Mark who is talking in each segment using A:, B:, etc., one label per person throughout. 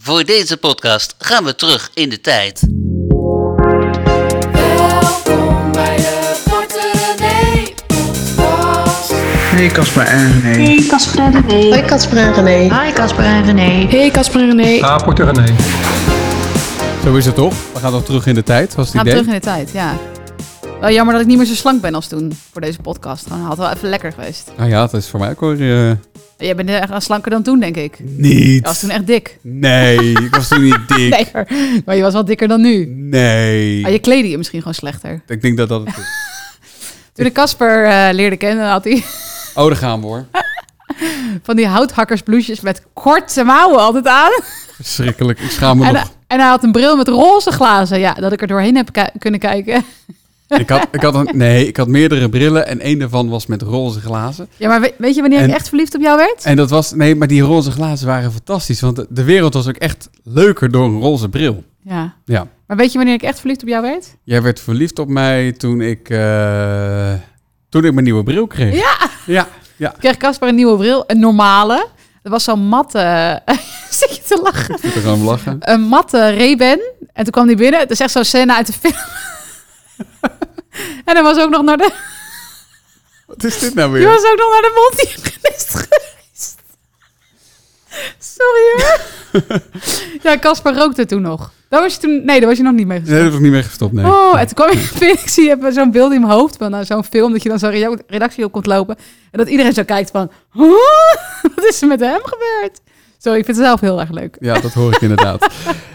A: Voor deze podcast gaan we terug in de tijd.
B: Welkom bij de Korte Nee Podcast.
C: Nee, Casper en nee.
D: Hey Casper en René.
E: Hoi Casper en René.
D: Hi Casper en René.
F: Hey Casper en René.
G: Ah.
C: Aport René.
G: Zo is het toch? We gaan dan terug in de tijd, was het
F: Gaan we
G: idee.
F: terug in de tijd, ja. Wel jammer dat ik niet meer zo slank ben als toen voor deze podcast. Dan had wel even lekker geweest.
G: Nou ja, dat is voor mij ook hoor. eh,
F: Jij bent echt slanker dan toen, denk ik. Je
G: niet.
F: was toen echt dik.
G: Nee, ik was toen niet dik.
F: Nee, Ah, maar je was wel dikker dan nu.
G: Nee.
F: Maar je kleedde je misschien gewoon slechter.
G: Ik denk dat dat het is.
F: Toen ik Casper eh, leerde kennen, had hij
G: Oh, daar gaan we hoor.
F: van die houthakkersbloesjes met korte mouwen altijd aan.
G: Verschrikkelijk. Ik schaam me
F: En,
G: nog.
F: en hij had een bril met roze glazen. Ja, dat ik er doorheen heb ki- kunnen kijken. eh,
G: Ik had, ik had een, nee, ik had meerdere brillen en één daarvan was met roze glazen.
F: Ja, maar we- weet je wanneer ik
G: En-
F: echt verliefd op jou werd?
G: En dat was, nee, maar die roze glazen waren fantastisch. Want de- de wereld was ook echt leuker door een roze bril.
F: Ja.
G: Ja.
F: Maar weet je wanneer ik echt verliefd op jou werd?
G: Jij werd verliefd op mij toen ik, eh, toen ik mijn nieuwe bril kreeg. Ja. Ja. Ja.
F: kreeg Casper een nieuwe bril, een normale. Dat was zo'n matte... Zit je te lachen?
G: Ik moet er gewoon om lachen.
F: Een matte Ray-Ban. En toen kwam die binnen. Het is echt zo'n scène uit de film. en hij was ook nog naar de,
G: Wat is dit nou
F: die
G: weer?
F: was ook nog naar de mondhygiënist geweest. Sorry hoor. ja, Casper rookte toen nog. Dat was je toen... Nee, daar was je nog niet mee
G: Nee,
F: gestopt.
G: dat heb ik niet meer gestopt, nee.
F: Oh, en toen kwam je binnen. Ik zie, je hebt zo'n beeld in mijn hoofd van nou, zo'n film. Dat je dan zo'n re- redactie op komt lopen. En dat iedereen zo kijkt van... "Huh? Wat is er met hem gebeurd? Zo, ik vind het zelf heel erg leuk.
G: Ja, dat hoor ik inderdaad.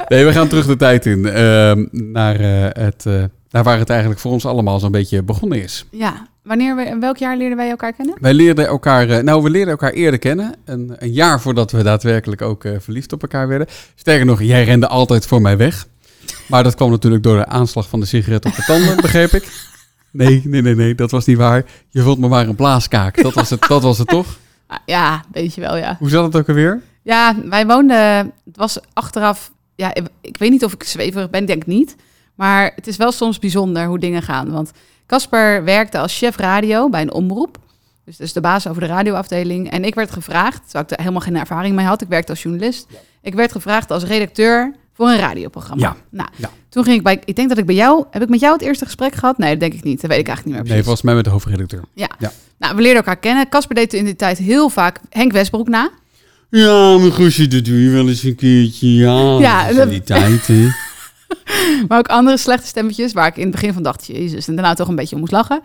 G: Nee, we gaan terug de tijd in. ehm, naar, eh, het, eh, naar waar het eigenlijk voor ons allemaal zo'n beetje begonnen is.
F: Ja, wanneer, we- in welk jaar leerden wij elkaar kennen?
G: Wij leerden elkaar, eh, nou, we leerden elkaar eerder kennen. Een, een jaar voordat we daadwerkelijk ook eh, verliefd op elkaar werden. Sterker nog, jij rende altijd voor mij weg. Maar dat kwam natuurlijk door de aanslag van de sigaret op de tanden, begreep ik. Nee, nee, nee, nee, dat was niet waar. Je vond me maar een blaaskaak. Dat was het, dat was het toch?
F: Ah, ja, weet je wel, ja.
G: Hoe zat het ook alweer?
F: Ja, wij woonden... Het was achteraf... Ja, ik, ik weet niet of ik zweverig ben, denk niet. Maar het is wel soms bijzonder hoe dingen gaan. Want Casper werkte als chef radio bij een omroep. Dus, dus de baas over de radioafdeling. En ik werd gevraagd, terwijl ik er helemaal geen ervaring mee had. Ik werkte als journalist. Ik werd gevraagd als redacteur voor een radioprogramma.
G: Ja.
F: Nou,
G: Ja.
F: toen ging ik bij... Ik denk dat ik bij jou... Heb ik met jou het eerste gesprek gehad? Nee, dat denk ik niet. Dat weet ik eigenlijk niet meer precies.
G: Nee, volgens mij met de hoofdredacteur.
F: Ja.
G: Ja.
F: Nou, we leerden elkaar kennen. Casper deed in die tijd heel vaak Henk Westbroek na.
G: Ja, mijn goesje, dat doe je wel eens een keertje. Ja,
F: Ja,
G: dat is
F: dat- Oh,
G: in die tijd, hè.
F: Maar ook andere slechte stemmetjes waar ik in het begin van dacht, jezus, en daarna toch een beetje om moest lachen.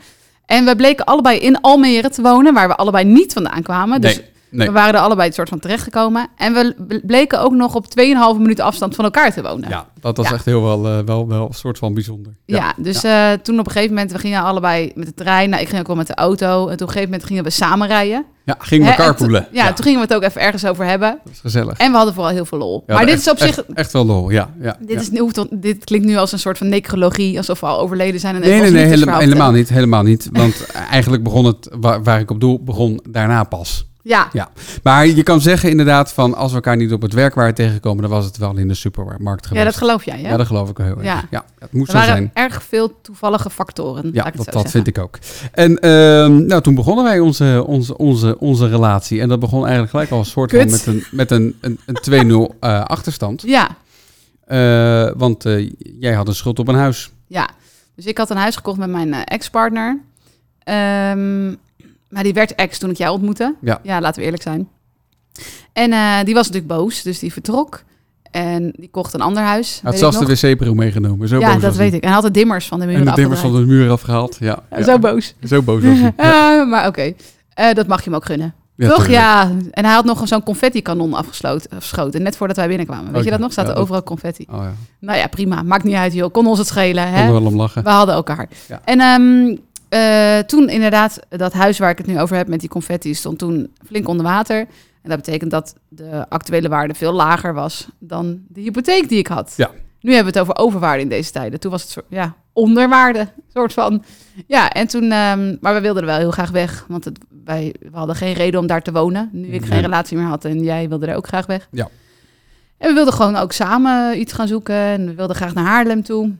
F: En we bleken allebei in Almere te wonen, waar we allebei niet vandaan kwamen. Dus
G: Nee, nee.
F: we waren er allebei een soort van terechtgekomen. En we bleken ook nog op 2,5 minuten afstand van elkaar te wonen.
G: Ja, dat was
F: Ja.
G: echt heel wel, eh, wel, wel een soort van bijzonder.
F: Ja, dus eh, toen op een gegeven moment, we gingen allebei met de trein. Nou, ik ging ook wel met de auto. En toen op een gegeven moment gingen we samen rijden.
G: Ja, ging
F: Hè,
G: me
F: en
G: carpoolen.
F: toen- Ja, toen gingen we het ook even ergens over hebben.
G: Dat is gezellig.
F: En we hadden vooral heel veel lol.
G: Ja,
F: maar dit
G: echt-
F: is op zich...
G: Echt, echt wel lol, ja. ja,
F: Dit,
G: ja.
F: is, nu- hoeft toch- dit klinkt nu als een soort van necrologie, alsof we al overleden zijn. En
G: Nee,
F: even
G: nee,
F: ons
G: nee, hele-
F: liefdesverhaal
G: helemaal niet. Helemaal niet. Want eigenlijk begon het, waar, waar ik op doel, begon daarna pas.
F: vertellen. Ja,
G: Ja. Maar je kan zeggen inderdaad van, als we elkaar niet op het werk waren tegengekomen, dan was het wel in de supermarkt geweest.
F: ja, dat geloof jij, hè?
G: Ja, dat geloof ik wel heel erg.
F: Ja.
G: Ja, het moest
F: er
G: zo
F: waren
G: zijn.
F: erg veel toevallige factoren. laat
G: Ja,
F: ik het
G: dat,
F: zo
G: dat
F: zeggen.
G: vind ik ook. En ehm, nou, toen begonnen wij onze, onze, onze, onze relatie. En dat begon eigenlijk gelijk al een soort van
F: Kut.
G: met een, met een, een, een 2-0 eh, achterstand.
F: Ja,
G: Eh, want eh, jij had een schuld op een huis.
F: ja. Dus ik had een huis gekocht met mijn eh, ex-partner. Ehm, maar die werd ex toen ik jou ontmoette.
G: Ja.
F: laten we eerlijk zijn. En eh, die was natuurlijk boos, dus die vertrok. En die kocht een ander huis.
G: Hij had
F: weet
G: zelfs
F: ik
G: de
F: nog.
G: wc-bril meegenomen. Zo
F: Ja,
G: boos
F: dat
G: was
F: weet
G: hij.
F: ik. En hij had de dimmers van de muur
G: En de dimmers van de muur afgehaald. Ja, ja.
F: Zo boos.
G: Zo boos was hij.
F: Eh, maar oké, Eh, dat mag je hem ook gunnen. Toch?
G: tuurlijk.
F: Ja. En hij had nog zo'n confetti-kanon afgesloten. afgeschoten, Net voordat wij binnenkwamen. Weet
G: Oh,
F: je dat
G: ja.
F: nog? Zaten
G: Ja, dat-
F: overal confetti.
G: Oh, ja.
F: Nou ja, prima. Maakt niet uit, joh. Kon ons het schelen.
G: Kon er
F: Hè?
G: wel om lachen.
F: We hadden elkaar.
G: Ja.
F: En ehm, eh, toen inderdaad, dat huis waar ik het nu over heb met die confetti, stond toen flink onder water. En dat betekent dat de actuele waarde veel lager was dan de hypotheek die ik had.
G: Ja.
F: Nu hebben we het over overwaarde in deze tijden. Toen was het soort, ja, onderwaarde, soort van. Ja, en toen, ehm, maar we wilden er wel heel graag weg, want het, wij we hadden geen reden om daar te wonen. Nu ik geen
G: Nee.
F: relatie meer had en jij wilde er ook graag weg.
G: Ja.
F: En we wilden gewoon ook samen iets gaan zoeken en we wilden graag naar Haarlem toe.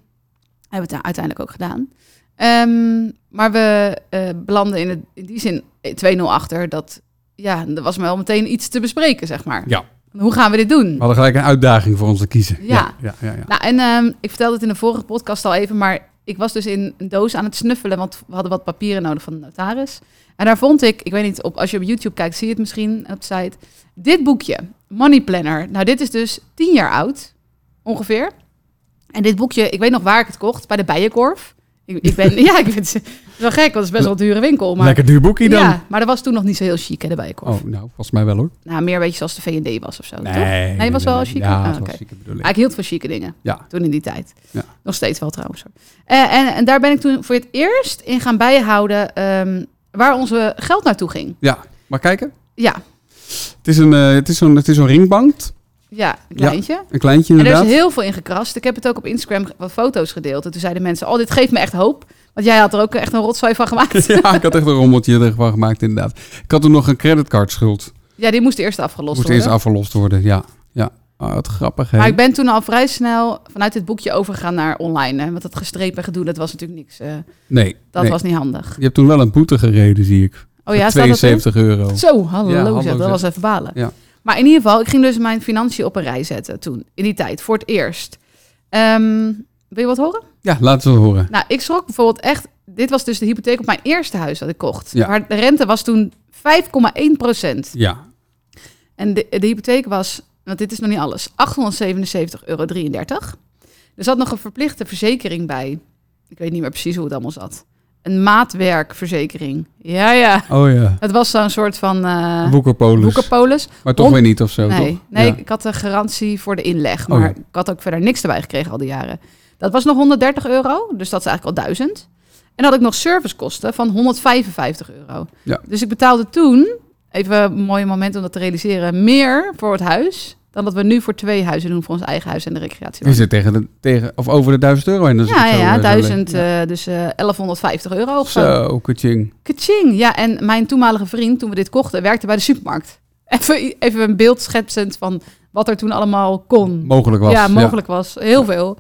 F: Hebben we het uiteindelijk ook gedaan. Ehm, maar we eh, belanden in, het, in die zin 2-0 achter. Dat ja, er was wel meteen iets te bespreken, zeg maar.
G: Ja.
F: Hoe gaan we dit doen?
G: We hadden gelijk een uitdaging voor ons te kiezen.
F: Ja.
G: ja, ja, ja.
F: Nou, en ehm, ik vertelde het in de vorige podcast al even, maar ik was dus in een doos aan het snuffelen, want we hadden wat papieren nodig van de notaris. En daar vond ik, ik weet niet, op, als je op YouTube kijkt, zie je het misschien op de site, dit boekje, Money Planner. Nou, dit is dus tien jaar oud, ongeveer. En dit boekje, ik weet nog waar ik het kocht, bij de Bijenkorf. Ik, ik ben, ja, ik vind het wel gek, want het is best wel een dure winkel. Maar,
G: Lekker duur boekje dan.
F: Ja, maar dat was toen nog niet zo heel chic, hè, de Bijenkorf.
G: Oh, nou, volgens mij wel hoor.
F: Nou, meer een beetje zoals de V&D was of zo, toch? was wel een chique-
G: Ja,
F: ah,
G: het was
F: oké.
G: een chique bedoeling.
F: Ah, ik hield van chique dingen.
G: Ja.
F: Toen in die tijd.
G: Ja.
F: Nog steeds wel trouwens. hoor. Eh, en, en daar ben ik toen voor het eerst in gaan bijhouden ehm, waar onze geld naartoe ging.
G: Ja, maar kijken.
F: Ja,
G: Het is, een, eh, het is, zo'n, het is zo'n ringbank.
F: ja een kleintje.
G: Een kleintje
F: En er
G: inderdaad.
F: is heel veel in gekrast. Ik heb het ook op Instagram wat foto's gedeeld. En toen zeiden mensen, oh, dit geeft me echt hoop. Want jij had er ook echt een rotzooi van gemaakt.
G: Ja, ik had echt een rommeltje ervan gemaakt inderdaad. Ik had toen nog een creditcardschuld.
F: Ja, die moest eerst afgelost
G: Moest
F: worden.
G: eerst afgelost worden, ja. Ja, Ah, wat grappig hè.
F: maar ik ben toen al vrij snel vanuit dit boekje overgegaan naar online. Hè? Want dat gestrepen gedoe, dat was natuurlijk niks. eh,
G: Nee,
F: dat
G: nee.
F: was niet handig.
G: je hebt toen wel een boete gereden, zie ik.
F: Oh ja, staat dat erin?
G: 72 euro.
F: Zo, hallo, zeg,
G: Ja, hallo,
F: dat
G: zeg.
F: was even balen.
G: Ja.
F: Maar in ieder geval, ik ging dus mijn financiën op een rij zetten toen, in die tijd, voor het eerst. Ehm, wil je wat horen?
G: Ja, laten we horen.
F: Nou, ik schrok bijvoorbeeld echt, dit was dus de hypotheek op mijn eerste huis dat ik kocht.
G: Ja.
F: Maar de rente was toen 5,1 procent.
G: Ja,
F: En de, de hypotheek was, want dit is nog niet alles, 877,33 euro. Er zat nog een verplichte verzekering bij. Ik weet niet meer precies hoe het allemaal zat. Een maatwerkverzekering. Ja, ja.
G: oh ja.
F: Het was zo'n soort van... eh,
G: Boekenpolis.
F: Boekenpolis.
G: Maar toch
F: Hond-
G: weer niet of zo,
F: Nee,
G: toch?
F: nee
G: Ja.
F: ik had een garantie voor de inleg,
G: Oh,
F: maar
G: ja.
F: ik had ook verder niks erbij gekregen al die jaren. Dat was nog 130 euro, dus dat is eigenlijk al 1000. En dan had ik nog servicekosten van 155 euro.
G: Ja.
F: Dus ik betaalde toen, even een mooi moment om dat te realiseren, meer voor het huis dan dat we nu voor twee huizen doen voor ons eigen huis en de recreatie.
G: Je zit tegen, de, tegen of over de 1000 euro heen. als ik
F: ja,
G: het
F: ja,
G: zo, eh,
F: ja,
G: zo
F: duizend,
G: lees.
F: eh, dus eh 1150 euro of zo.
G: Zo, kuching.
F: Kaching. Ja, en mijn toenmalige vriend, toen we dit kochten, werkte bij de supermarkt. Even, even een beeld schetsend van wat er toen allemaal kon.
G: Mogelijk was.
F: Ja, mogelijk was. Heel veel.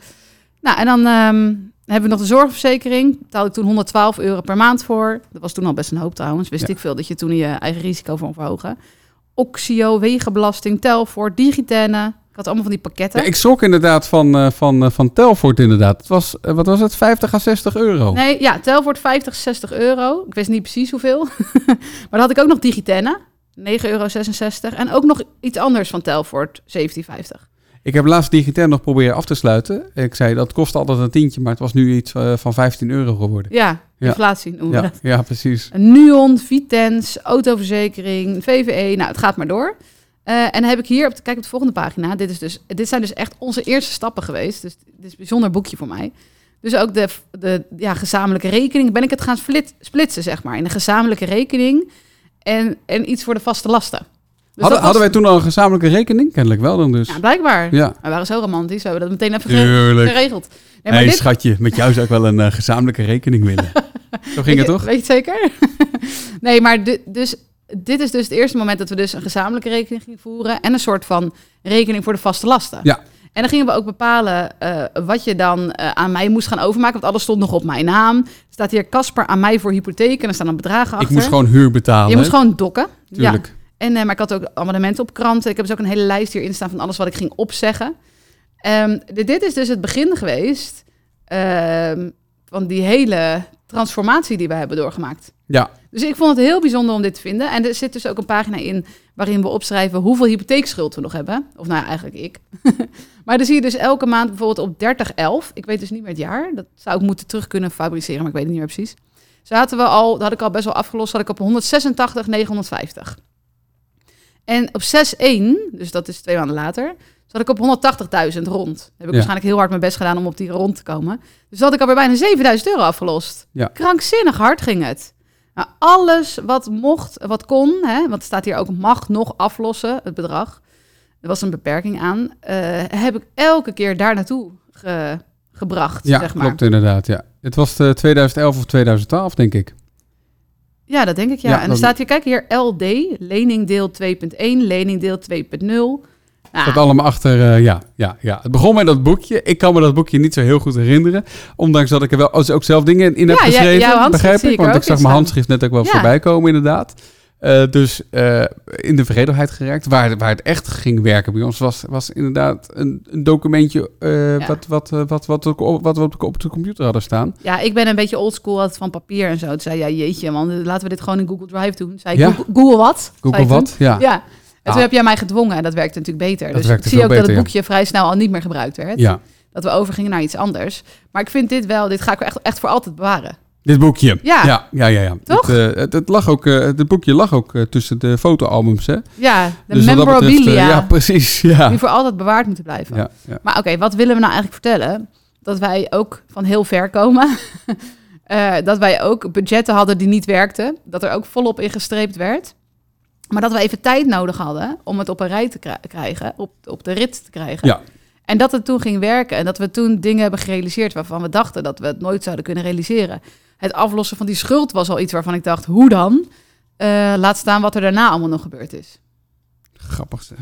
F: Nou, en dan ehm, hebben we nog de zorgverzekering. Betaalde ik toen 112 euro per maand voor. Dat was toen al best een hoop trouwens. Wist
G: Ja.
F: ik veel dat je toen je eigen risico van verhogen. Oxio, wegenbelasting, Telfort, Digitenne. Ik had allemaal van die pakketten.
G: Ja, ik schrok inderdaad van, eh, van, eh, van Telfort inderdaad. Het was, eh, wat was het, 50 à 60 euro?
F: Nee, ja, Telfort 50, 60 euro. Ik wist niet precies hoeveel. maar dan had ik ook nog Digitenne, 9,66 euro. En ook nog iets anders van Telfort, 17,50.
G: Ik heb laatst Digitair nog proberen af te sluiten. Ik zei, dat kost altijd een tientje, maar het was nu iets eh, van 15 euro geworden.
F: Ja,
G: Ja.
F: inflatie noemen we
G: Ja,
F: dat.
G: ja precies.
F: Een Nuon, Vitens, autoverzekering, VVE. Nou, het gaat maar door. Eh, en dan heb ik hier, op, kijk op de volgende pagina. Dit, is dus, dit zijn dus echt onze eerste stappen geweest. Dus dit is een bijzonder boekje voor mij. Dus ook de, de ja, gezamenlijke rekening. Ben ik het gaan split- splitsen, zeg maar. In een gezamenlijke rekening en, en iets voor de vaste lasten. Dus dat
G: hadden,
F: was-
G: hadden wij toen al een gezamenlijke rekening? Kennelijk wel dan dus.
F: Ja, blijkbaar.
G: Ja.
F: We waren zo romantisch. We hebben dat meteen even ge-
G: Tuurlijk.
F: geregeld. Nee, maar
G: hey,
F: dit-
G: schatje, met jou zou ik wel een eh, gezamenlijke rekening willen. Zo ging het
F: Weet je-
G: toch?
F: Weet je het zeker? nee, maar di- dus, dit is dus het eerste moment dat we dus een gezamenlijke rekening gingen voeren en een soort van rekening voor de vaste lasten.
G: Ja.
F: En dan gingen we ook bepalen eh, wat je dan eh, aan mij moest gaan overmaken, want alles stond nog op mijn naam. Er staat hier Casper aan mij voor hypotheek en er staan dan bedragen achter.
G: Ik moest gewoon huur betalen.
F: je moest gewoon dokken.
G: Tuurlijk.
F: Ja. En, eh, maar ik had ook abonnementen op kranten. Ik heb dus ook een hele lijst hierin staan van alles wat ik ging opzeggen. Ehm, dit, dit is dus het begin geweest ehm, van die hele transformatie die we hebben doorgemaakt.
G: Ja.
F: Dus ik vond het heel bijzonder om dit te vinden. En er zit dus ook een pagina in waarin we opschrijven hoeveel hypotheekschuld we nog hebben. Of nou ja, eigenlijk ik. maar dan zie je dus elke maand bijvoorbeeld op 3011. Ik weet dus niet meer het jaar. Dat zou ik moeten terug kunnen fabriceren, maar ik weet het niet meer precies. Zaten we al, dat had ik al best wel afgelost, zat ik op 186,950. En op 6,1, dus dat is twee maanden later, zat ik op 180.000 rond. Heb ik waarschijnlijk heel hard mijn best gedaan om op die rond te komen. Dus had ik alweer bijna 7000 euro afgelost.
G: Ja.
F: Krankzinnig hard ging het. Nou, alles wat mocht, wat kon, hè, want het staat hier ook mag nog aflossen, het bedrag. Er was een beperking aan. eh, heb ik elke keer daar naartoe ge- gebracht,
G: Ja,
F: zeg maar.
G: klopt inderdaad. Ja. Het was eh, 2011 of 2012, denk ik.
F: Ja, dat denk ik ja.
G: Ja,
F: en er
G: dat-
F: staat hier, kijk hier, LD, leningdeel 2.1, leningdeel 2.0. Nou,
G: Dat allemaal achter, eh, ja, ja, ja. Het begon met dat boekje. Ik kan me dat boekje niet zo heel goed herinneren. Ondanks dat ik er wel als ook zelf dingen in
F: Ja,
G: heb
F: jij-
G: geschreven.
F: jouw handschrift
G: begrijp
F: zie
G: ik,
F: ik er
G: want
F: ook
G: ik zag
F: in
G: mijn
F: staan.
G: handschrift net ook wel
F: Ja.
G: voorbij komen inderdaad. Eh, dus eh, in de vergetelheid geraakt. Waar, waar het echt ging werken bij ons was, was inderdaad een, een documentje eh,
F: Ja.
G: wat, wat, eh, wat, wat, ook- wat we op de, op de computer hadden staan.
F: Ja, ik ben een beetje oldschool had van papier en zo. Toen zei ja, jeetje man, laten we dit gewoon in Google Drive doen. Zei ik,
G: Ja.
F: Google, Google wat? Zei
G: Google
F: ik
G: wat? Ja.
F: toen. Ja. En
G: Ah.
F: toen heb jij mij gedwongen en dat werkte natuurlijk beter.
G: Dat
F: dus ik
G: werkte
F: zie ook
G: veel
F: dat het
G: beter, ja.
F: boekje vrij snel al niet meer gebruikt werd.
G: ja.
F: Dat we overgingen naar iets anders. Maar ik vind dit wel, dit ga ik echt, echt voor altijd bewaren.
G: Dit boekje.
F: Ja.
G: ja, ja. ja, ja.
F: Toch?
G: Het, eh, het, het lag ook, eh, het boekje lag ook eh, tussen de fotoalbums. Hè?
F: Ja, de
G: Dus wat dat betreft, eh,
F: memorabilia
G: ja, precies. Ja.
F: die voor altijd bewaard moeten blijven.
G: Ja, ja.
F: Maar oké, wat willen we nou eigenlijk vertellen? Dat wij ook van heel ver komen. Eh, dat wij ook budgetten hadden die niet werkten. Dat er ook volop in gestreept werd. Maar dat we even tijd nodig hadden om het op een rij te kri- krijgen. Op, op de rit te krijgen.
G: Ja.
F: En dat het toen ging werken. En dat we toen dingen hebben gerealiseerd waarvan we dachten dat we het nooit zouden kunnen realiseren. Het aflossen van die schuld was al iets waarvan ik dacht, hoe dan? Eh, laat staan wat er daarna allemaal nog gebeurd is.
G: Grappig zeg.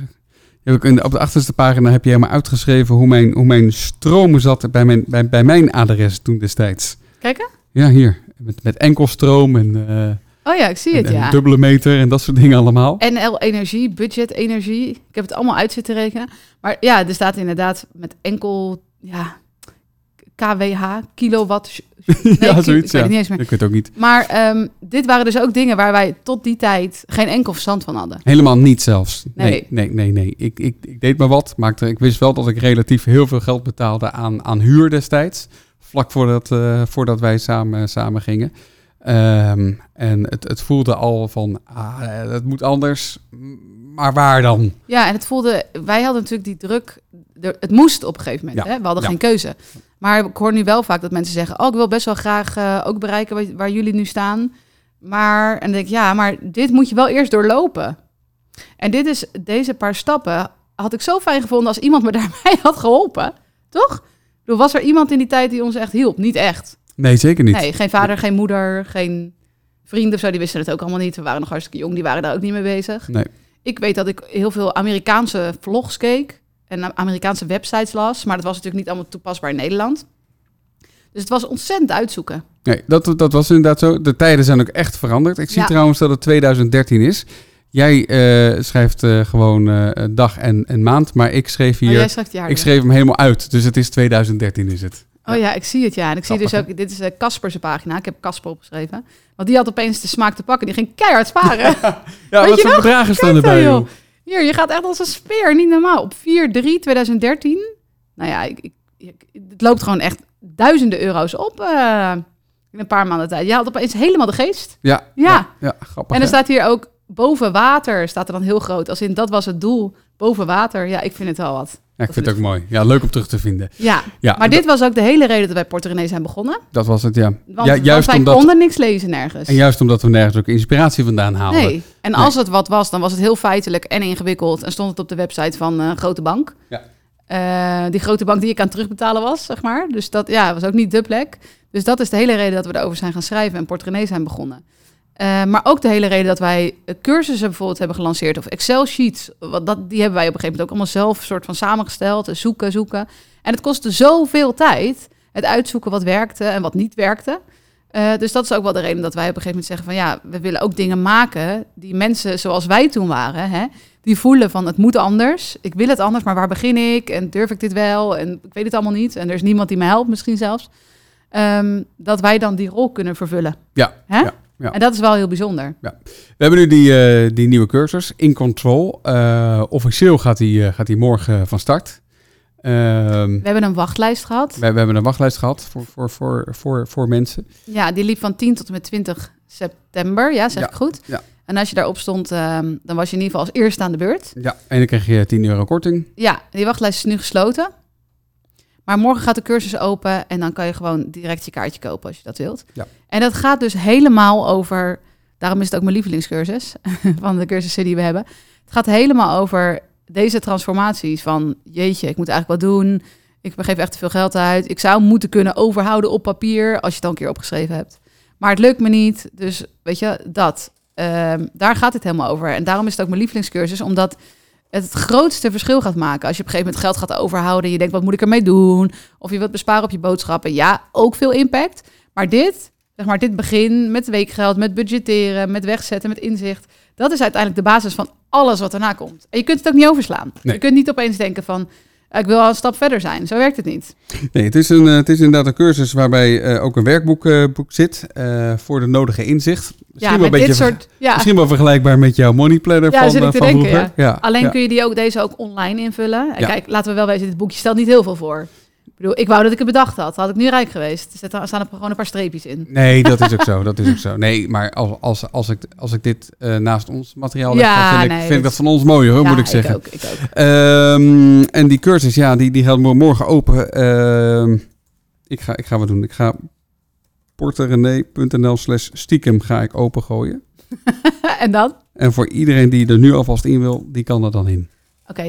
G: Je hebt ook in de- op de achterste pagina heb je helemaal uitgeschreven hoe mijn, hoe mijn stromen zat bij mijn, bij, bij mijn adres toen destijds.
F: Kijken?
G: Ja, hier. Met, met enkelstroom en, eh,
F: Oh ja, ik zie
G: en,
F: het, ja.
G: en dubbele meter en dat soort dingen allemaal.
F: NL Energie, Budget Energie. Ik heb het allemaal uit zitten rekenen. Maar ja, er staat inderdaad met enkel ja, KWH, kilowatt. sh- Nee,
G: ja,
F: ki-
G: zoiets.
F: Ik weet
G: Ja.
F: het niet eens meer.
G: Ik weet het ook niet.
F: Maar ehm, dit waren dus ook dingen waar wij tot die tijd geen enkel verstand van hadden.
G: Helemaal niet zelfs. Nee, nee,
F: Nee.
G: nee. nee, Ik, ik, ik deed maar wat. Maakte, ik wist wel dat ik relatief heel veel geld betaalde aan, aan huur destijds. Vlak voordat, eh, voordat wij samen, samen gingen. Ehm, en het, het voelde al van, ah, eh, dat moet anders. M- Maar waar dan?
F: Ja, en het voelde, wij hadden natuurlijk die druk, er- het moest op een gegeven moment,
G: Ja,
F: hè? we hadden
G: ja.
F: geen keuze. Maar ik hoor nu wel vaak dat mensen zeggen, oh ik wil best wel graag eh, ook bereiken wat- waar jullie nu staan. Maar, en dan denk ik, ja, maar dit moet je wel eerst doorlopen. En dit is, deze paar stappen had ik zo fijn gevonden als iemand me daarbij had geholpen, toch? Ik bedoel, was er iemand in die tijd die ons echt hielp? Niet echt.
G: Nee, zeker niet.
F: Nee, geen vader, geen moeder, geen vrienden of zo, die wisten het ook allemaal niet. We waren nog hartstikke jong, die waren daar ook niet mee bezig.
G: Nee.
F: Ik weet dat ik heel veel Amerikaanse vlogs keek en Amerikaanse websites las, maar dat was natuurlijk niet allemaal toepasbaar in Nederland. Dus het was ontzettend uitzoeken. Oh,
G: Nee, dat, dat was inderdaad zo. De tijden zijn ook echt veranderd. Ik zie
F: Ja.
G: trouwens dat het 2013 is. Jij eh, schrijft eh, gewoon eh, dag en, en maand, maar ik
F: Maar
G: schreef hier...
F: Oh, jij schrijft jaar.
G: ik
F: weer.
G: schreef hem helemaal uit, dus het is 2013 is het.
F: Oh ja, ik zie het ja. En ik zie
G: Grappig,
F: dus ook, dit is eh, Casper zijn pagina. Ik heb Casper opgeschreven. Want die had opeens de smaak te pakken. Die ging keihard sparen.
G: Ja,
F: Weet
G: wat
F: je
G: voor
F: nog?
G: bedragen staan
F: Kijk
G: erbij,
F: dan,
G: joh.
F: joh. Hier, je gaat echt als een speer. Niet normaal. Op 4-3-2013. Nou ja, ik, ik, ik- het loopt gewoon echt duizenden euro's op eh, in een paar maanden tijd. Je had opeens helemaal de geest.
G: Ja,
F: Ja.
G: ja, grappig.
F: En er
G: hè?
F: staat hier ook boven water, staat er dan heel groot. Als in, dat was het doel, boven water. Ja, ik vind het wel wat.
G: ja, ik vind het ook mooi. Ja, leuk om terug te vinden.
F: Ja,
G: Ja,
F: maar dit was ook de hele reden dat wij Porto René zijn begonnen.
G: dat was het, ja.
F: Want,
G: ja
F: want
G: juist,
F: wij
G: omdat,
F: konden niks lezen nergens.
G: en juist omdat we nergens ook inspiratie vandaan haalden.
F: nee, en als het wat was, dan was het heel feitelijk en ingewikkeld. En stond het op de website van eh, een grote bank.
G: Ja.
F: Eh, die grote bank die ik aan het terugbetalen was, zeg maar. Dus dat ja, was ook niet de plek. Dus dat is de hele reden dat we erover zijn gaan schrijven en Portrené zijn begonnen. Eh, maar ook de hele reden dat wij eh, cursussen bijvoorbeeld hebben gelanceerd of Excel-sheets. Wat dat, die hebben wij op een gegeven moment ook allemaal zelf soort van samengesteld. eh, Zoeken, zoeken. En het kostte zoveel tijd. Het uitzoeken wat werkte en wat niet werkte. Eh, dus dat is ook wel de reden dat wij op een gegeven moment zeggen van ja, we willen ook dingen maken die mensen zoals wij toen waren, hè, die voelen van het moet anders, ik wil het anders, maar waar begin ik en durf ik dit wel en ik weet het allemaal niet en er is niemand die me helpt misschien zelfs, Ehm, dat wij dan die rol kunnen vervullen.
G: Ja,
F: Hè?
G: ja, ja.
F: En dat is wel heel bijzonder.
G: We hebben nu die, eh, die nieuwe cursus, In Control. Eh, officieel gaat die, eh, gaat die morgen van start. Ehm,
F: We hebben een wachtlijst gehad.
G: we, we hebben een wachtlijst gehad voor, voor, voor, voor, voor mensen.
F: Ja, die liep van 10 tot en met 20 september, ja, zeg
G: Ja,
F: ik goed.
G: ja.
F: En als je daarop stond, ehm, dan was je in ieder geval als eerste aan de beurt.
G: Ja, en dan krijg je 10 euro korting.
F: Ja, die wachtlijst is nu gesloten. Maar morgen gaat de cursus open en dan kan je gewoon direct je kaartje kopen als je dat wilt.
G: Ja.
F: En dat gaat dus helemaal over, daarom is het ook mijn lievelingscursus van de cursussen die we hebben. Het gaat helemaal over deze transformaties van jeetje, ik moet eigenlijk wat doen. Ik geef echt te veel geld uit. Ik zou moeten kunnen overhouden op papier als je het al een keer opgeschreven hebt. Maar het lukt me niet. Dus weet je, dat. Ehm, daar gaat het helemaal over. En daarom is het ook mijn lievelingscursus, omdat het het grootste verschil gaat maken. Als je op een gegeven moment geld gaat overhouden. en Je denkt, wat moet ik ermee doen? Of je wilt besparen op je boodschappen. Ja, ook veel impact. Maar dit zeg maar, dit begin met weekgeld, met budgetteren, met wegzetten, met inzicht. Dat is uiteindelijk de basis van alles wat daarna komt. En je kunt het ook niet overslaan.
G: Nee.
F: Je kunt niet opeens denken van, eh, ik wil al een stap verder zijn. Zo werkt het niet.
G: Nee, het is, een, eh, het is inderdaad een cursus waarbij eh, ook een werkboek eh, boek zit eh, voor de nodige inzicht. Misschien, wel,
F: met
G: een beetje ver-
F: Ja,
G: misschien wel vergelijkbaar met jouw money planner
F: Ja,
G: van,
F: zit ik
G: eh,
F: te
G: van
F: denken,
G: vroeger. Ja,
F: alleen
G: ja.
F: kun je die ook, deze ook online invullen. En
G: Ja.
F: Kijk, laten we wel wezen, dit boekje stelt niet heel veel voor. Ik bedoel, ik wou dat ik het bedacht had. Had ik nu rijk geweest. Er zitten- staan er gewoon een paar streepjes in.
G: Nee, dat is ook zo. Dat is ook zo. Nee, maar als, als, als, ik, als ik dit eh, naast ons materiaal leg,
F: Ja,
G: dan vind,
F: nee,
G: ik,
F: dat
G: vind ik dat
F: is-
G: van ons mooier, hoor,
F: ja,
G: moet ik zeggen.
F: Ik ook, ik ook.
G: Ehm, en die cursus, ja, die, die gaan we morgen open. Ehm, ik, ga, ik ga wat doen. Ik ga porterené.nl slash stiekem ga ik opengooien.
F: en dan? Oké,
G: En voor iedereen die er nu alvast in wil, die kan er dan in.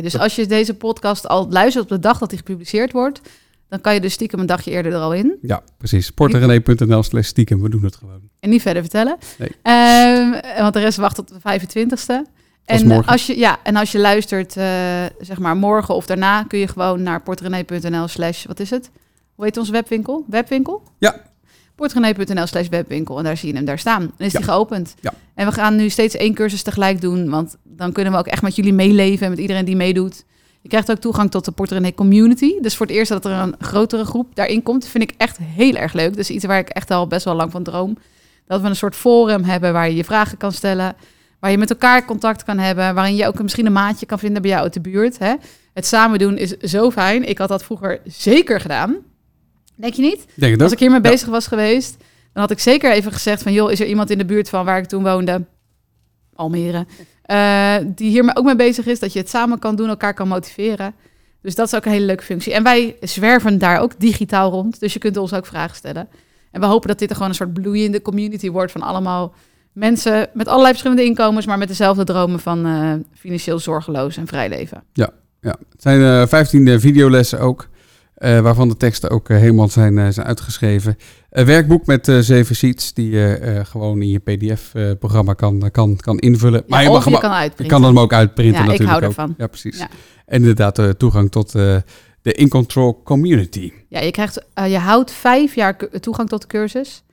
F: dus als je deze podcast al luistert op de dag dat die gepubliceerd wordt, dan kan je dus stiekem een dagje eerder er al in.
G: Ja, precies. porterené.nl slash stiekem. We doen het gewoon.
F: En niet verder vertellen.
G: Nee.
F: Ehm, want de rest wacht tot de 25ste.
G: is
F: En
G: morgen.
F: als, je, ja, en als je luistert, eh, zeg maar morgen of daarna, kun je gewoon naar portrené.nl slash, wat is het? Hoe heet onze webwinkel? Webwinkel?
G: Ja.
F: Portrené.nl slash webwinkel. En daar zie je hem daar staan. Dan is
G: Ja.
F: die geopend.
G: Ja.
F: En we gaan nu steeds één cursus tegelijk doen, want dan kunnen we ook echt met jullie meeleven en met iedereen die meedoet. Je krijgt ook toegang tot de Portrené community. Dus voor het eerst dat er een grotere groep daarin komt, vind ik echt heel erg leuk. Dus iets waar ik echt al best wel lang van droom. Dat we een soort forum hebben waar je je vragen kan stellen. Waar je met elkaar contact kan hebben. Waarin je ook misschien een maatje kan vinden bij jou uit de buurt. Hè? Het samen doen is zo fijn. Ik had dat vroeger zeker gedaan. Denk je niet?
G: Denk het ook.
F: Als ik hiermee
G: Ja.
F: bezig was geweest, dan had ik zeker even gezegd van... joh, is er iemand in de buurt van waar ik toen woonde? Almere. eh, die hier ook mee bezig is, dat je het samen kan doen, elkaar kan motiveren. Dus dat is ook een hele leuke functie. En wij zwerven daar ook digitaal rond, dus je kunt ons ook vragen stellen. En we hopen dat dit er gewoon een soort bloeiende community wordt van allemaal mensen met allerlei verschillende inkomens, maar met dezelfde dromen van eh, financieel zorgeloos en vrij leven.
G: Ja, het zijn eh 15 eh, videolessen ook. eh, waarvan de teksten ook eh, helemaal zijn, eh, zijn uitgeschreven. Een werkboek met eh, zeven sheets die je eh, gewoon in je PDF-programma eh, kan, kan, kan invullen.
F: Ja,
G: je
F: of
G: mag hem
F: je
G: ook-
F: kan
G: je
F: uitprinten.
G: kan hem ook uitprinten
F: Ja, ik
G: natuurlijk.
F: hou
G: ook.
F: daarvan.
G: Ja, precies.
F: Ja.
G: En inderdaad eh, toegang tot eh, de In Control Community.
F: Ja, je, krijgt, eh, je houdt vijf jaar cu- toegang tot de cursus.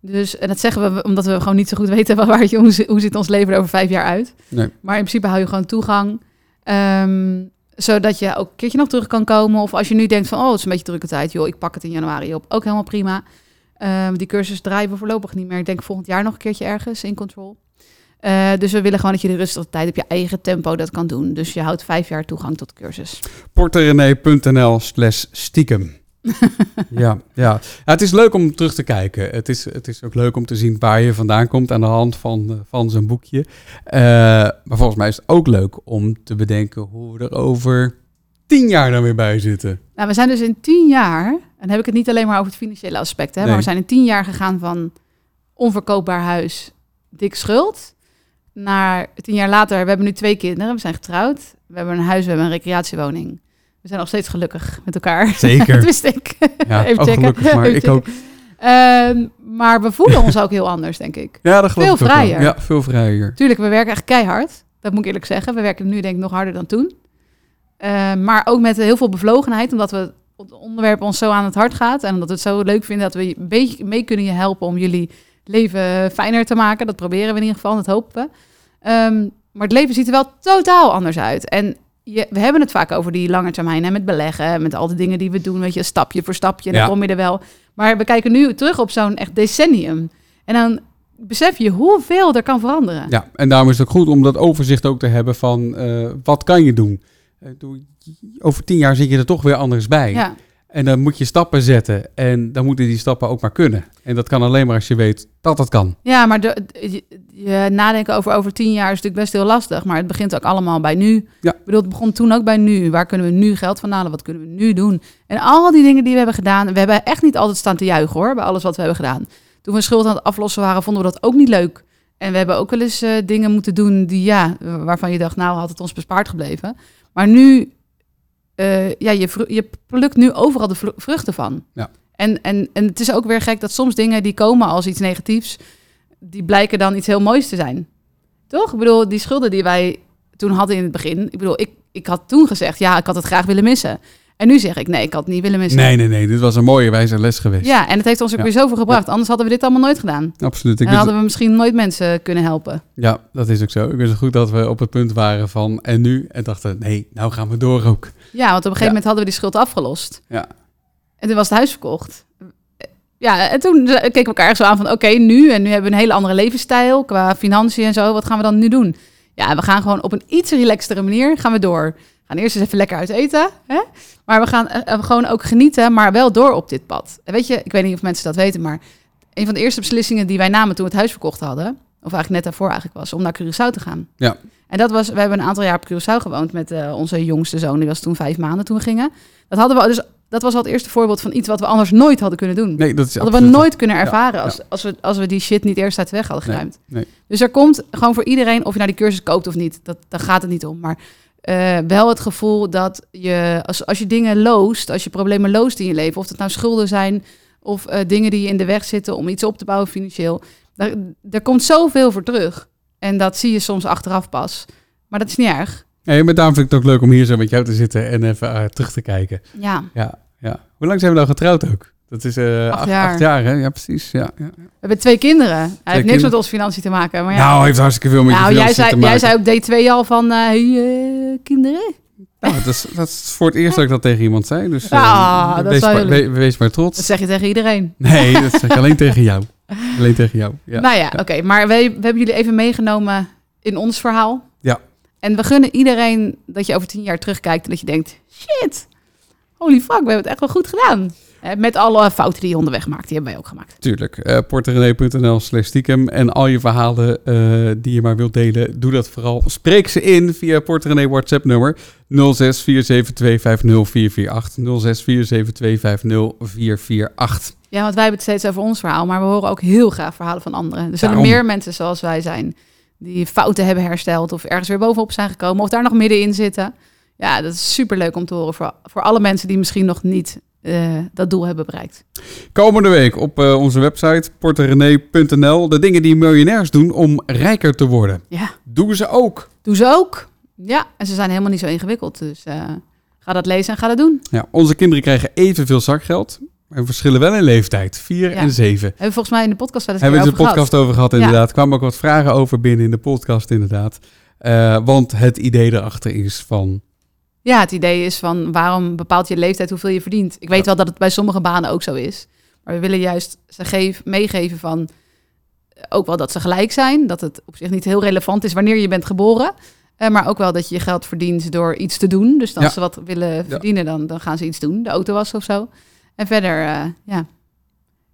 F: Dus, en dat zeggen we omdat we gewoon niet zo goed weten waar, waar- hoe, zi- hoe ziet ons leven er over vijf jaar uit.
G: Nee.
F: Maar in principe hou je gewoon toegang. ehm, zodat je ook een keertje nog terug kan komen. Of als je nu denkt van, oh, het is een beetje drukke tijd. Joh, ik pak het in januari op. Ook helemaal prima. Ehm, die cursus draaien we voorlopig niet meer. Ik denk volgend jaar nog een keertje ergens in control. Eh, dus we willen gewoon dat je de rustige tijd op je eigen tempo dat kan doen. Dus je houdt vijf jaar toegang tot de cursus.
G: porterenee.nl slash stiekem. ja, ja. Ja, het is leuk om terug te kijken. Het is, het is ook leuk om te zien waar je vandaan komt aan de hand van, eh, van zo'n boekje. Eh, maar volgens mij is het ook leuk om te bedenken hoe we er over tien jaar dan weer bij zitten.
F: Nou, we zijn dus in tien jaar, en dan heb ik het niet alleen maar over het financiële aspect, hè, maar
G: Nee.
F: we zijn in tien jaar gegaan van onverkoopbaar huis, dik schuld, naar tien jaar later, we hebben nu twee kinderen, we zijn getrouwd, we hebben een huis, we hebben een recreatiewoning. We zijn nog steeds gelukkig met elkaar. Dat
G: Zeker.
F: wist ik.
G: Ja,
F: Even
G: oh,
F: checken.
G: gelukkig, maar
F: Even
G: ik
F: checken.
G: ook.
F: Ehm, maar we voelen ons ook heel anders, denk ik.
G: Ja, dat geloof
F: Veel
G: ik ook wel.
F: vrijer.
G: Ja, veel vrijer.
F: Tuurlijk, we werken echt keihard. Dat moet ik eerlijk zeggen. We werken nu denk ik nog harder dan toen. Eh, maar ook met heel veel bevlogenheid, omdat we het onderwerp ons zo aan het hart gaat. En omdat we het zo leuk vinden dat we je een beetje mee kunnen je helpen om jullie leven fijner te maken. Dat proberen we in ieder geval, dat hopen we. Ehm, maar het leven ziet er wel totaal anders uit. En je, we hebben het vaak over die lange termijn, hè, met beleggen, hè, met al die dingen die we doen, weet je, stapje voor stapje, en
G: Ja.
F: dan kom je er wel. Maar we kijken nu terug op zo'n echt decennium. En dan besef je hoeveel er kan veranderen.
G: Ja, en daarom is het ook goed om dat overzicht ook te hebben van eh, wat kan je doen. Eh, doe- Over tien jaar zit je er toch weer anders bij.
F: Ja.
G: En dan moet je stappen zetten. En dan moeten die stappen ook maar kunnen. En dat kan alleen maar als je weet dat dat kan.
F: Ja, maar de, je, je nadenken over over tien jaar is natuurlijk best heel lastig. Maar het begint ook allemaal bij nu.
G: Ja.
F: Ik bedoel, het begon toen ook bij nu. Waar kunnen we nu geld van halen? Wat kunnen we nu doen? En al die dingen die we hebben gedaan. We hebben echt niet altijd staan te juichen hoor, bij alles wat we hebben gedaan. Toen we schuld aan het aflossen waren, vonden we dat ook niet leuk. En we hebben ook wel eens eh, dingen moeten doen die, ja, waarvan je dacht, nou had het ons bespaard gebleven. Maar nu, eh, ja, je, vru- je plukt nu overal de vru- vruchten van.
G: Ja.
F: En, en, en het is ook weer gek dat soms dingen die komen als iets negatiefs, die blijken dan iets heel moois te zijn. Toch? Ik bedoel, die schulden die wij toen hadden in het begin. Ik bedoel, ik, ik had toen gezegd, ja, ik had het graag willen missen. En En nu zeg ik, nee, ik had het niet willen missen.
G: Nee, nee, nee. Dit was een mooie wijze les geweest.
F: Ja, en het heeft ons ook
G: Ja.
F: weer zoveel gebracht. Anders hadden we dit allemaal nooit gedaan.
G: Absoluut.
F: En
G: Ik ben-
F: hadden we misschien nooit mensen kunnen helpen.
G: Ja, dat is ook zo. Ik wist het goed dat we op het punt waren van en nu. En dachten, nee, nou gaan we door ook.
F: Ja, want op een gegeven
G: Ja.
F: moment hadden we die schuld afgelost.
G: Ja.
F: En toen was het huis verkocht. Ja, en toen ze- keken we elkaar zo aan van oké, nu en nu hebben we een hele andere levensstijl qua financiën en zo. Wat gaan we dan nu doen? Ja, we gaan gewoon op een iets relaxtere manier gaan we door. We gaan eerst eens even lekker uit eten. Hè? Maar we gaan eh, eh, gewoon ook genieten, maar wel door op dit pad. En weet je, ik weet niet of mensen dat weten, maar een van de eerste beslissingen die wij namen toen we het huis verkocht hadden, of eigenlijk net daarvoor eigenlijk was, om naar Curaçao te gaan.
G: Ja.
F: En dat was, we hebben een aantal jaar op Curaçao gewoond met eh, onze jongste zoon, die was toen vijf maanden toen we gingen. Dat hadden we dus, dat was al het eerste voorbeeld van iets wat we anders nooit hadden kunnen doen.
G: Nee, dat is
F: hadden we
G: absoluut-
F: nooit kunnen ervaren
G: ja.
F: als, als, we, als we die shit niet eerst uit de weg hadden
G: Nee,
F: geruimd.
G: nee.
F: Dus er komt gewoon voor iedereen, of je nou die cursus koopt of niet, dat, daar gaat het niet om. Maar eh, wel het gevoel dat je, als, als je dingen loost, als je problemen loost in je leven, of dat nou schulden zijn of eh, dingen die je in de weg zitten om iets op te bouwen financieel, daar, daar komt zoveel voor terug. En dat zie je soms achteraf pas. Maar dat is niet erg.
G: Nee, maar daarom vind ik het ook leuk om hier zo met jou te zitten en even eh, terug te kijken.
F: Ja.
G: Ja, ja. Hoe lang zijn we nou getrouwd ook? Dat is eh,
F: Acht
G: acht,
F: jaar.
G: acht jaar, hè? Ja, precies. Ja, ja.
F: We hebben twee kinderen. Hij heeft niks
G: kinderen.
F: met onze financiën te maken. Maar ja.
G: Nou, heeft hartstikke veel met
F: Nou,
G: je
F: jij
G: financiën
F: zei,
G: te maken.
F: jij zei op D2 al van, eh, hey, eh, kinderen?
G: Nou, dat, is, dat is voor het eerst dat ik dat tegen iemand zei. Dus eh,
F: Ah, dat is
G: wees,
F: wel
G: maar,
F: heel lief.
G: we- wees maar
F: Dat
G: trots.
F: zeg je tegen iedereen.
G: Nee, dat zeg ik alleen tegen jou. Alleen tegen jou. Ja.
F: nou ja, oké. maar we, we hebben jullie even meegenomen in ons verhaal.
G: Ja.
F: En we gunnen iedereen dat je over tien jaar terugkijkt en dat je denkt, shit, holy fuck, we hebben het echt wel goed gedaan. Eh, Met alle fouten die je onderweg maakt, die hebben wij ook gemaakt.
G: Tuurlijk. eh porterenee.nl slash stiekem. En al je verhalen eh, die je maar wilt delen, doe dat vooral. Spreek ze in via Porterenee WhatsApp nummer 0647250448. 0647250448.
F: Ja, want wij hebben het steeds over ons verhaal, maar we horen ook heel graag verhalen van anderen. Er zullen
G: Daarom.
F: meer mensen zoals wij zijn die fouten hebben hersteld of ergens weer bovenop zijn gekomen of daar nog middenin zitten. Ja, dat is superleuk om te horen voor, voor alle mensen die misschien nog niet eh, dat doel hebben bereikt.
G: Komende week op eh, onze website porterenee.nl de dingen die miljonairs doen om rijker te worden.
F: Ja,
G: Doen ze ook.
F: doe ze ook. Ja, en ze zijn helemaal niet zo ingewikkeld, dus eh, ga dat lezen en ga dat doen.
G: Ja, onze kinderen krijgen evenveel zakgeld, maar verschillen wel in leeftijd. 4
F: Ja.
G: en 7.
F: Hebben we volgens mij in de podcast wel eens
G: Hebben we
F: een
G: het
F: keer
G: in de
F: over
G: podcast
F: gehad.
G: over gehad,
F: Ja.
G: inderdaad. kwamen ook wat vragen over binnen in de podcast, inderdaad. Eh, want het idee erachter is van...
F: Ja, het idee is van waarom bepaalt je leeftijd hoeveel je verdient? Ik weet wel dat het bij sommige banen ook zo is. Maar we willen juist ze geef, meegeven van eh, ook wel dat ze gelijk zijn. Dat het op zich niet heel relevant is wanneer je bent geboren. Eh, maar ook wel dat je je geld verdient door iets te doen. Dus als
G: Ja.
F: ze wat willen verdienen, dan, dan gaan ze iets doen. De auto was of zo. En verder, eh, ja,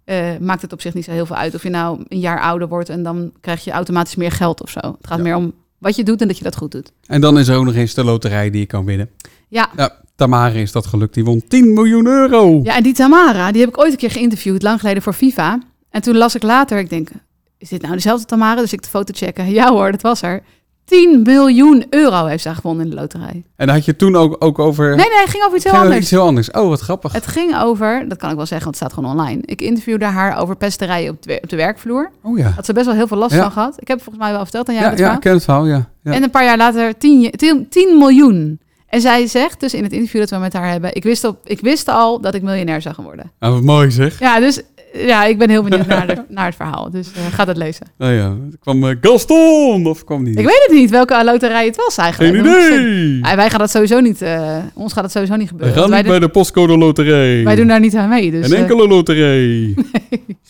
F: eh, maakt het op zich niet zo heel veel uit. Of je nou een jaar ouder wordt en dan krijg je automatisch meer geld of zo. Het gaat
G: Ja.
F: meer om wat je doet en dat je dat goed doet.
G: En dan is er ook nog eens de loterij die je kan winnen.
F: Ja,
G: Tamara is dat gelukt. Die won 10 miljoen euro.
F: Ja, en die Tamara, die heb ik ooit een keer geïnterviewd, lang geleden voor FIFA. En toen las ik later, ik denk, is dit nou dezelfde Tamara? Dus ik de foto checken. Ja hoor, dat was er. 10 miljoen euro heeft zij gewonnen in de loterij.
G: En daar had je toen ook, ook over...
F: Nee, nee, het ging over iets heel
G: Ging over
F: anders.
G: iets heel anders. Oh, wat grappig.
F: Het ging over, dat kan ik wel zeggen, want het staat gewoon online. Ik interviewde haar over pesterijen op de, op de werkvloer.
G: Oh ja.
F: Had ze best wel heel veel last
G: Ja.
F: van gehad. Ik heb het volgens mij wel verteld aan jou.
G: Ja,
F: dat
G: ja,
F: verhaal.
G: ik ken het verhaal, ja. ja.
F: En een paar jaar later 10, je- 10, 10 miljoen. En zij zegt dus in het interview dat we met haar hebben... Ik wist, op, ik wist al dat ik miljonair zou gaan worden.
G: Ah, wat mooi zeg.
F: Ja, dus ja, ik ben heel benieuwd naar, de- naar het verhaal. Dus eh, ga dat lezen.
G: Nou ja, er kwam eh, Gaston of kwam die?
F: Ik weet het niet welke loterij het was eigenlijk.
G: Geen
F: We moeten zien.
G: idee.
F: Ah, wij gaan dat sowieso niet. eh, ons gaat dat sowieso niet
G: We
F: gebeuren.
G: gaan
F: want
G: niet
F: wij,
G: bij de postcode loterij.
F: doen, wij doen daar niet aan mee. Dus,
G: Een
F: eh,
G: enkele loterij.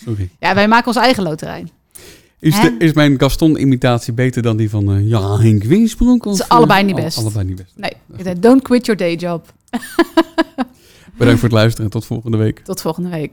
G: Sorry.
F: ja, wij maken onze eigen loterij.
G: Is,
F: Hè?
G: de- is mijn Gaston-imitatie beter dan die van eh, ja, Henk Winsbroek?
F: Het
G: Of,
F: is allebei
G: eh,
F: niet
G: al-
F: best.
G: allebei niet best.
F: Nee, ik zei, don't quit your day job.
G: Bedankt voor het luisteren en tot volgende week.
F: Tot volgende week.